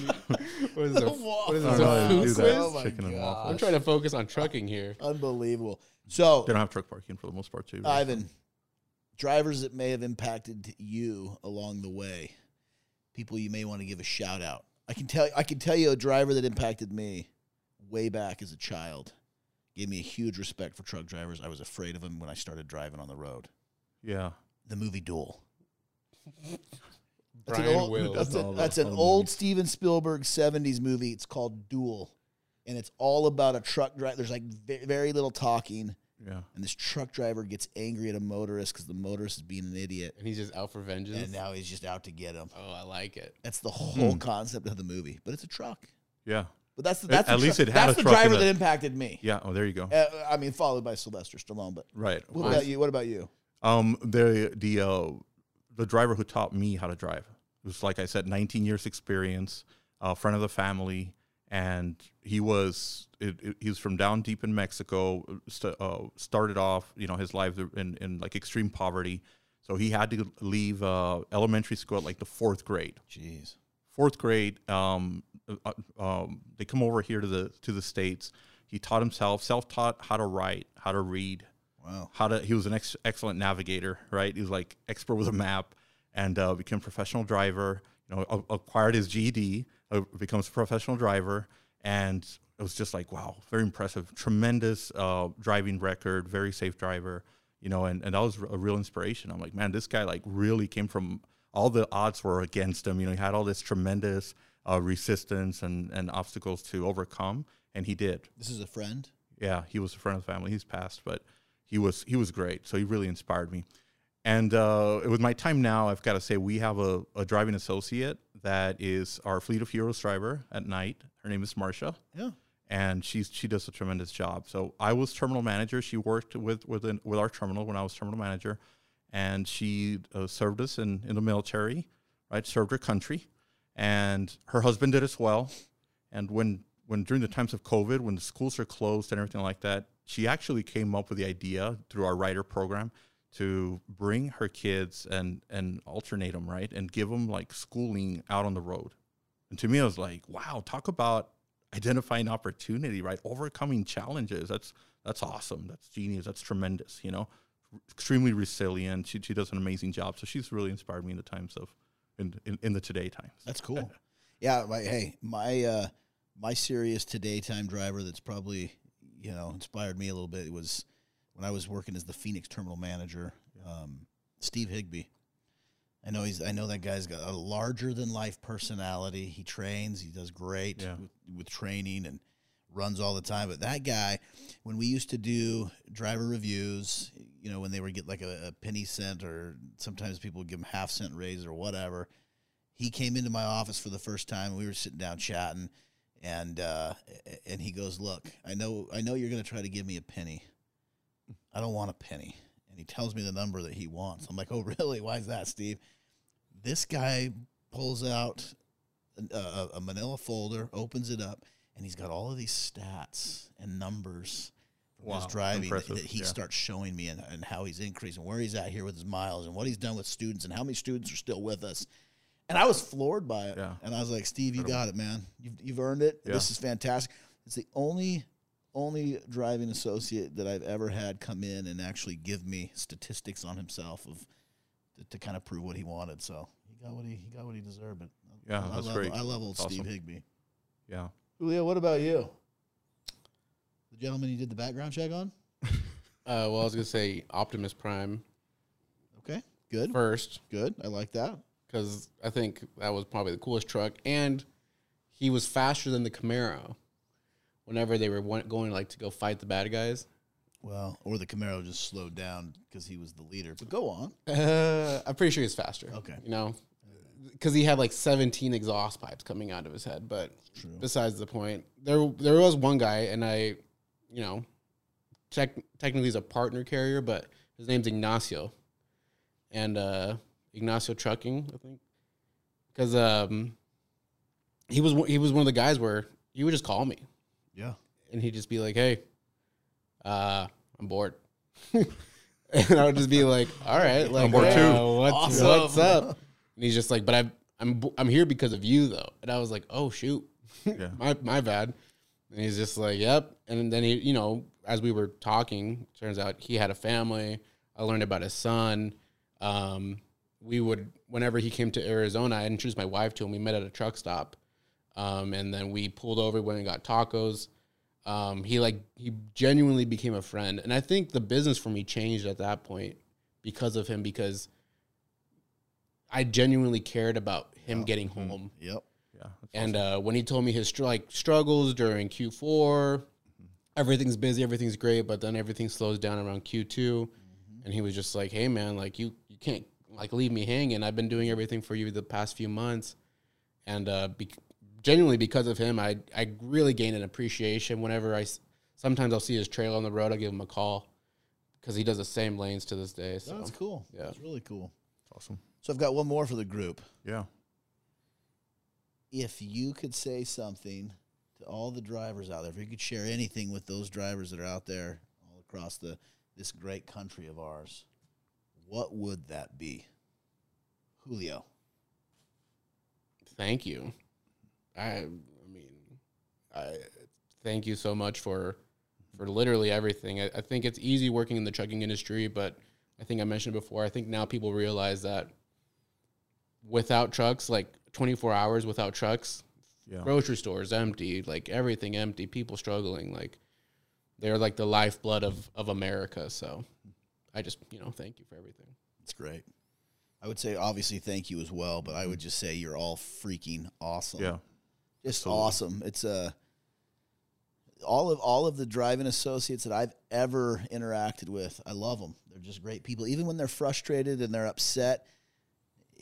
what is it? What is
I
it?
don't know how
a
they
food
do
quiz?
that.
Oh my
chicken and waffles.
I'm trying to focus on trucking here.
Unbelievable. So,
They don't have truck parking for the most part too. right?
Ivan, drivers that may have impacted you along the way, people you may want to give a shout out. I can tell. I can tell you a driver that impacted me way back as a child gave me a huge respect for truck drivers. I was afraid of them when I started driving on the road.
Yeah.
The movie Duel. That's an
Brian
old,
Wills.
That's, a-
No,
that's an
that's old
old
movie.
Steven Spielberg 70s movie. It's called Duel. And it's all about a truck driver. There's like ve- very little talking.
Yeah.
And this truck driver gets angry at a motorist because the motorist is being an idiot.
And he's just out for vengeance.
And now he's just out to get him.
oh, I like it.
That's the whole concept of the movie. But it's a truck.
Yeah.
But that's the, that's
at
the
least
truck-
it had
that's
Hmm. a
the
truck in
driver
it.
that impacted me.
Yeah. Oh, there you go.
Uh, I mean, followed by Sylvester Stallone. But
Right.
what about you? What about you?
Um, the the uh, the driver who taught me how to drive. It was like I said, 19 years experience. a friend of the family, and he was it, it- he was from down deep in Mexico. St- uh, started off, you know, his life in, in like extreme poverty, so he had to leave uh, elementary school at like the fourth grade
Jeez.
fourth grade, um, uh, um, they come over here to the to the states. He taught himself, self taught how to write, how to read,
Wow.
how to. He was an ex- excellent navigator, right? He was like expert with a map, and uh, became professional driver. You know, a- acquired his GED, uh, becomes a professional driver, and it was just like wow, very impressive, tremendous uh, driving record, very safe driver. You know, and, and that was a real inspiration. I'm like, man, this guy like really came from all the odds were against him. You know, he had all this tremendous uh, resistance and, and obstacles to overcome, and he did
This is a friend.
yeah, he was a friend of the family. He's passed, but he was he was great. So he really inspired me. And uh, with my time now, I've got to say we have a, a driving associate that is our Fleet of Heroes driver at night. Her name is Marcia,
Yeah.
and she's she does a tremendous job. So I was terminal manager. She worked with with an, with our terminal when I was terminal manager, and she uh, served us in in the military, right? Served her country, and her husband did as well. And when when during the times of COVID, when the schools are closed and everything like that, she actually came up with the idea through our writer program to bring her kids and and alternate them right and give them like schooling out on the road. And to me, I was like, wow, talk about identifying opportunity, right? Overcoming challenges. That's that's awesome. That's genius. That's tremendous. You know, extremely resilient. She she does an amazing job. So she's really inspired me in the times of in in, in the today times.
That's cool. yeah. My, hey, my uh, my serious today time driver that's probably you know inspired me a little bit was when I was working as the Phoenix terminal manager, um, Steve Higby. I know he's. I know that guy's got a larger than life personality. He trains. He does great
Yeah.
with, with training and runs all the time. But that guy, when we used to do driver reviews, you know, when they would get like a, a penny cent or sometimes people would give them half cent raise or whatever, he came into my office for the first time. and We were sitting down chatting, and uh, a- and he goes, "Look, I know, I know you're going to try to give me a penny. I don't want a penny." And he tells me the number that he wants. I'm like, "Oh, really? Why is that, Steve?" This guy pulls out an- a, a- a Manila folder, opens it up, and he's got all of these stats and numbers from his
Wow,
driving that,
impressive,
that he
yeah.
starts showing me and, and how he's increasing, where he's at here with his miles, and what he's done with students, and how many students are still with us. And I was floored by it.
Yeah.
And I was like, Steve, you got it, man. You've, you've earned it.
Yeah.
This is fantastic. It's the only only driving associate that I've ever had come in and actually give me statistics on himself of to, to kind of prove what he wanted. So he got what he, he got what he deserved. But
Yeah,
I
that's
love,
great.
I love old
That's
Steve
awesome.
Higby,
Yeah.
Julio, what about you?
the gentleman you did the background check on.
Uh, well, I was gonna say Optimus Prime
Okay, good,
first
good. I like that.
because I think that was probably the coolest truck, and he was faster than the Camaro. Whenever they were wan- going like to go fight the bad guys,
Well, or the Camaro just slowed down because he was the leader. But go on.
uh, I'm pretty sure he's faster.
Okay.
you know, because he had like 17 exhaust pipes coming out of his head. But besides the point, there there was one guy, and I, you know, tech, technically he's a partner carrier, but his name's Ignacio, and uh, Ignacio Trucking, I think, because um, he was one- he was one of the guys where he would just call me,
Yeah.
and he'd just be like, "Hey, uh, I'm bored," and I would just be like, "All right, like,
bored
uh,
too.
What's,
Awesome.
what's up?" And he's just like, "But I, I'm bo- I'm here because of you, though." And I was like, "Oh shoot,
Yeah.
my my bad." And he's just like, "Yep." And then he, you know, as we were talking, turns out he had a family. I learned about his son. Um, we would, whenever he came to Arizona, I introduced my wife to him. We met at a truck stop, um, and then we pulled over, went and got tacos um, he like he genuinely became a friend and i think the business for me changed at that point because of him because i genuinely cared about him getting home
Yep.
Yeah. that's
and uh, when he told me his str- like struggles during q4 everything's busy everything's great but then everything slows down around q2 and he was just like hey man like you you can't like leave me hanging i've been doing everything for you the past few months and uh, be- genuinely because of him, I I really gained an appreciation. Whenever I s- sometimes I'll see his trailer on the road, I will give him a call because he does the same lanes to this day. So
That's cool.
yeah.
That's really cool.
awesome.
So I've got one more for the group.
Yeah.
if you could say something to all the drivers out there, if you could share anything with those drivers that are out there all across the this great country of ours, what would that be? Julio.
Thank you. I, I mean, I thank you so much for for literally everything. I, I think it's easy working in the trucking industry, but I think I mentioned it before. I think now people realize that without trucks, like 24 hours without trucks,
Yeah.
grocery stores empty, like everything empty, people struggling, like they're like the lifeblood of of America. So I just, you know, thank you for everything.
It's great. I would say obviously thank you as well, but I would just say you're all freaking awesome.
Yeah.
just
Absolutely.
awesome. It's uh, all of all of the driving associates that I've ever interacted with. I love them. They're just great people. Even when they're frustrated and they're upset,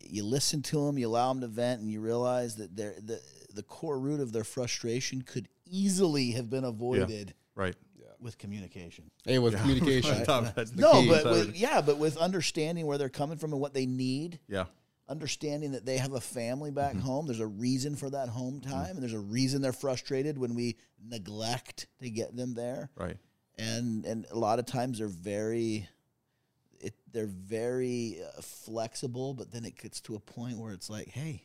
you listen to them, you allow them to vent, and you realize that they're, the the core root of their frustration could easily have been avoided
Right.
with communication.
Hey, with communication,
Top, that's the
No,
key.
but with, yeah, but with understanding where they're coming from and what they need
yeah.
understanding that they have a family back home. There's a reason for that home time, and there's a reason they're frustrated when we neglect to get them there.
Right.
And and a lot of times they're very, it, they're very uh, flexible, but then it gets to a point where it's like, hey,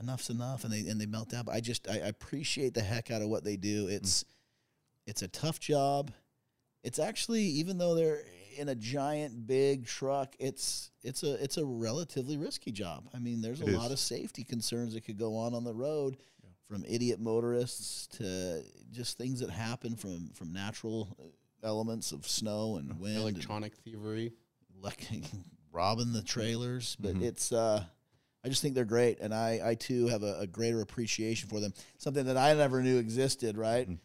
enough's enough, and they and they melt down. But I just I appreciate the heck out of what they
Mm-hmm.
do. It's it's a tough job. It's actually even though they're in a giant big truck, it's it's a it's a relatively risky job. I mean, there's
It
a
is.
lot of safety concerns that could go on on the road, from idiot motorists to just things that happen from from natural elements of snow and wind, and
electronic thievery.
like robbing the trailers. But
Mm-hmm.
it's uh, I just think they're great, and I I too have a, a greater appreciation for them. Something that I never knew existed. Right.
Mm.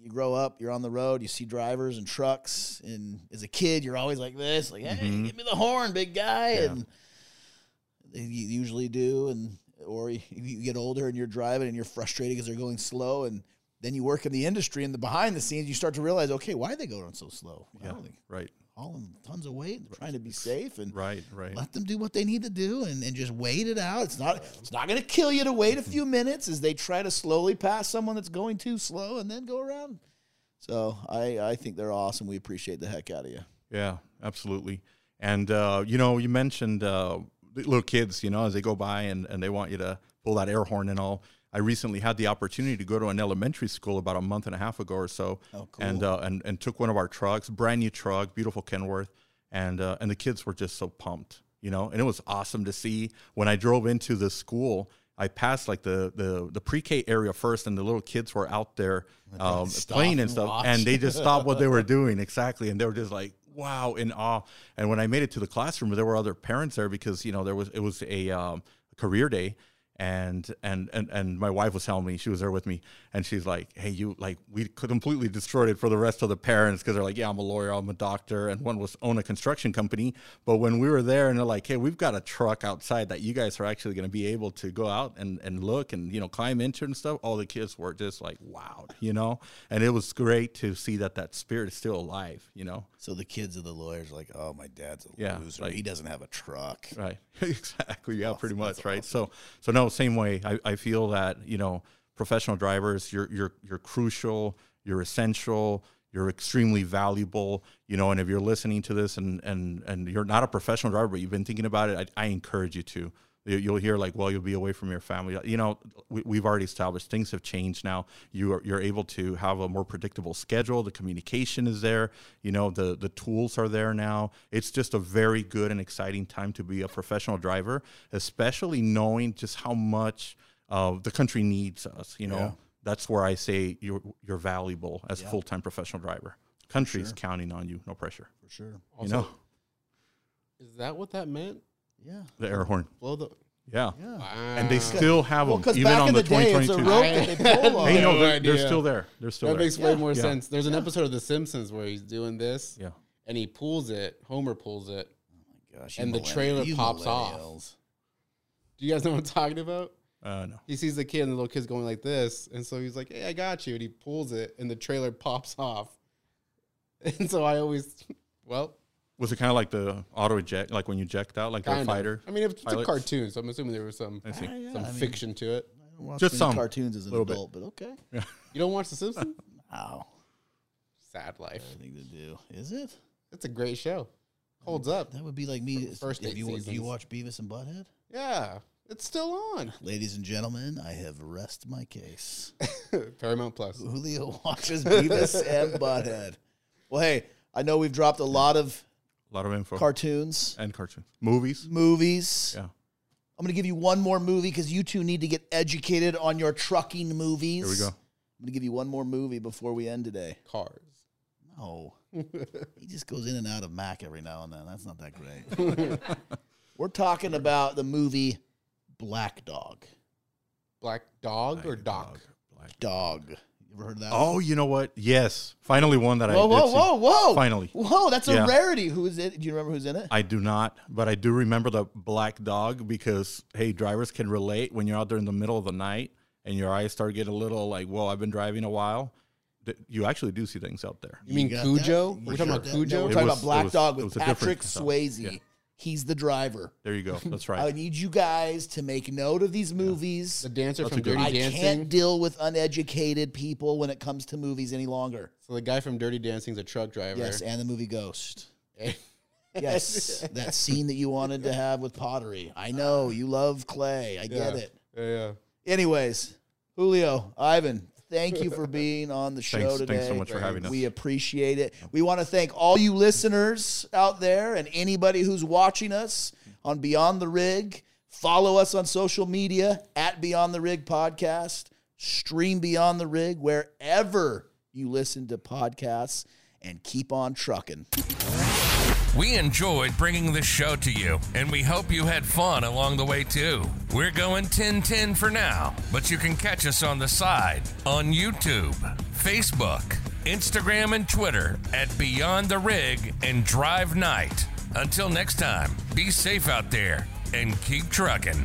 You grow up, you're on the road, you see drivers and trucks, and as a kid, you're always like this, like, hey, give me the horn, big guy,
Mm-hmm. Yeah.
and they you usually do, and or you, you get older and you're driving and you're frustrated because they're going slow, and then you work in the industry and the behind the scenes, you start to realize, okay, why are they going so slow?
Yeah.
Wow, they-
Right.
hauling tons of weight, and trying to be safe, and
Right. Right.
let them do what they need to do, and, and just wait it out. It's not it's not going to kill you to wait a few minutes as they try to slowly pass someone that's going too slow, and then go around. So I I think they're awesome. We appreciate the heck out of you.
Yeah, absolutely. And uh, you know, you mentioned uh, the little kids. You know, as they go by and, and they want you to pull that air horn and all. I recently had the opportunity to go to an elementary school about a month and a half ago or so, and uh, and and took one of our trucks, brand new truck, beautiful Kenworth, and uh, and the kids were just so pumped, you know. And it was awesome to see when I drove into the school. I passed like the the, the pre K area first, and the little kids were out there um, playing and stuff, and they just stopped what they were doing exactly, and they were just like wow in awe. And when I made it to the classroom, there were other parents there because you know there was it was a um, career day, and and and and my wife was telling me she was there with me, and she's like, "Hey, you like we completely destroyed it for the rest of the parents because they're like, yeah, I'm a lawyer, I'm a doctor, and one was own a construction company. But when we were there, and they're like, hey, we've got a truck outside that you guys are actually going to be able to go out and and look and you know climb into and stuff. All the kids were just like, wow, you know, and it was great to see that that spirit is still alive, you know.
So the kids of the lawyers are like, oh, my dad's a
Yeah,
loser.
like-
he doesn't have a truck.
Right. exactly. Yeah, pretty much. Right. So, so no, same way. I, I feel that, you know, professional drivers, you're, you're, you're crucial, you're essential, you're extremely valuable, you know, and if you're listening to this and, and, and you're not a professional driver, but you've been thinking about it, I, I encourage you to, You- you'll hear like, well, you'll be away from your family. You know, we, we've already established things have changed now. You are, you're able to have a more predictable schedule. The communication is there. You know, the, the tools are there now. It's just a very good and exciting time to be a professional driver, especially knowing just how much uh, the country needs us. You know, that's where I say you're, you're valuable as a full-time professional driver. Country's counting on you. No pressure.
For sure.
you know,
Is that what that meant?
Yeah.
the air horn.
Blow the.
Yeah.
Wow.
And they still have
Well,
them,
because
even
back
on
in
the,
the, day, it's a
2022.
rope that they pull on.
Hey, no,
No
they're, they're
idea.
still there. They're still
That
there.
makes way more
Yeah.
sense. There's an episode of The Simpsons where he's doing this,
yeah.
and he pulls it. Homer pulls it.
Oh Gosh, you
and the
millenni-
trailer
you
pops off.
millennials.
Do you guys know what I'm talking about?
Uh, no.
He sees the kid, and the little kid's going like this, and so he's like, "Hey, I got you," and he pulls it, and the trailer pops off. And so I always, well,
Was it kind of like the auto eject, like when you eject out, like the
kind of.
fighter?
I mean, it's, it's a
pilots?
cartoon, so I'm assuming there was some
I see.
some fiction to it.
I
watch
Just
many
some.
cartoons as an
Little bit.
adult, but okay.
You don't watch The Simpsons?
Wow,
Sad life.
thing to do. Is it?
It's a great show. Holds up.
That would be like me.
first
if
eight
you, do you
seasons.
watch Beavis and Butthead?
Yeah, it's still on.
Ladies and gentlemen, I have rest my case.
Paramount Plus.
Julio watches Beavis and Butthead.
Well, hey, I know we've dropped a lot of
A lot of info
cartoons,
and cartoons, movies.
movies.
Yeah,
I'm going to give you one more movie because you two need to get educated on your trucking movies.
here we go.
I'm going to give you one more movie before we end today.
Cars.
Oh.
No. he just goes in and out of Mac every now and then. That's not that great.
We're talking about the movie
Black Dog.
Black Dog or
Black
Doc?
Dog, Black-
Dog. You ever heard of that?
Oh, you know what? Yes, finally one that I.
Whoa,
did
whoa,
see.
whoa, whoa.
Finally.
Whoa, that's a
Yeah.
rarity. Who is it? Do you remember who's in it?
I do not, but I do remember the black dog because hey, drivers can relate when you're out there in the middle of the night and your eyes start getting a little like, "Whoa, I've been driving a while." Th- You actually do see things out there.
You mean
got
Cujo?
that?
We're
You
talking
got
about
that?
No,
Cujo.
we're
It
talking
was-
about
it
Black
was-
Dog
it
with
was a different
Patrick
song.
Swayze.
Yeah.
He's the driver.
There you go. That's
I
right.
need you guys to make note of these movies.
the dancer
That's
from
a good
Dirty
one.
I
Dancing.
can't deal with uneducated people when it comes to movies any longer.
So the guy from Dirty Dancing is a truck driver.
Yes, and the movie Ghost.
Yes, that scene that you wanted to have with pottery. I know you love clay. I
yeah.
get it.
Yeah, yeah.
Anyways, Julio, Ivan, thank you for being on the show
Thanks,
today.
thanks so much for having us.
We appreciate it. We want to thank all you listeners out there and anybody who's watching us on Beyond the Rig. Follow us on social media at Beyond the Rig Podcast. Stream Beyond the Rig wherever you listen to podcasts and keep on trucking.
We enjoyed bringing this show to you, and we hope you had fun along the way too. We're going 1010 for now, but you can catch us on the side on YouTube, Facebook, Instagram, and Twitter at Beyond the Rig and Drive Night. Until next time, be safe out there and keep trucking.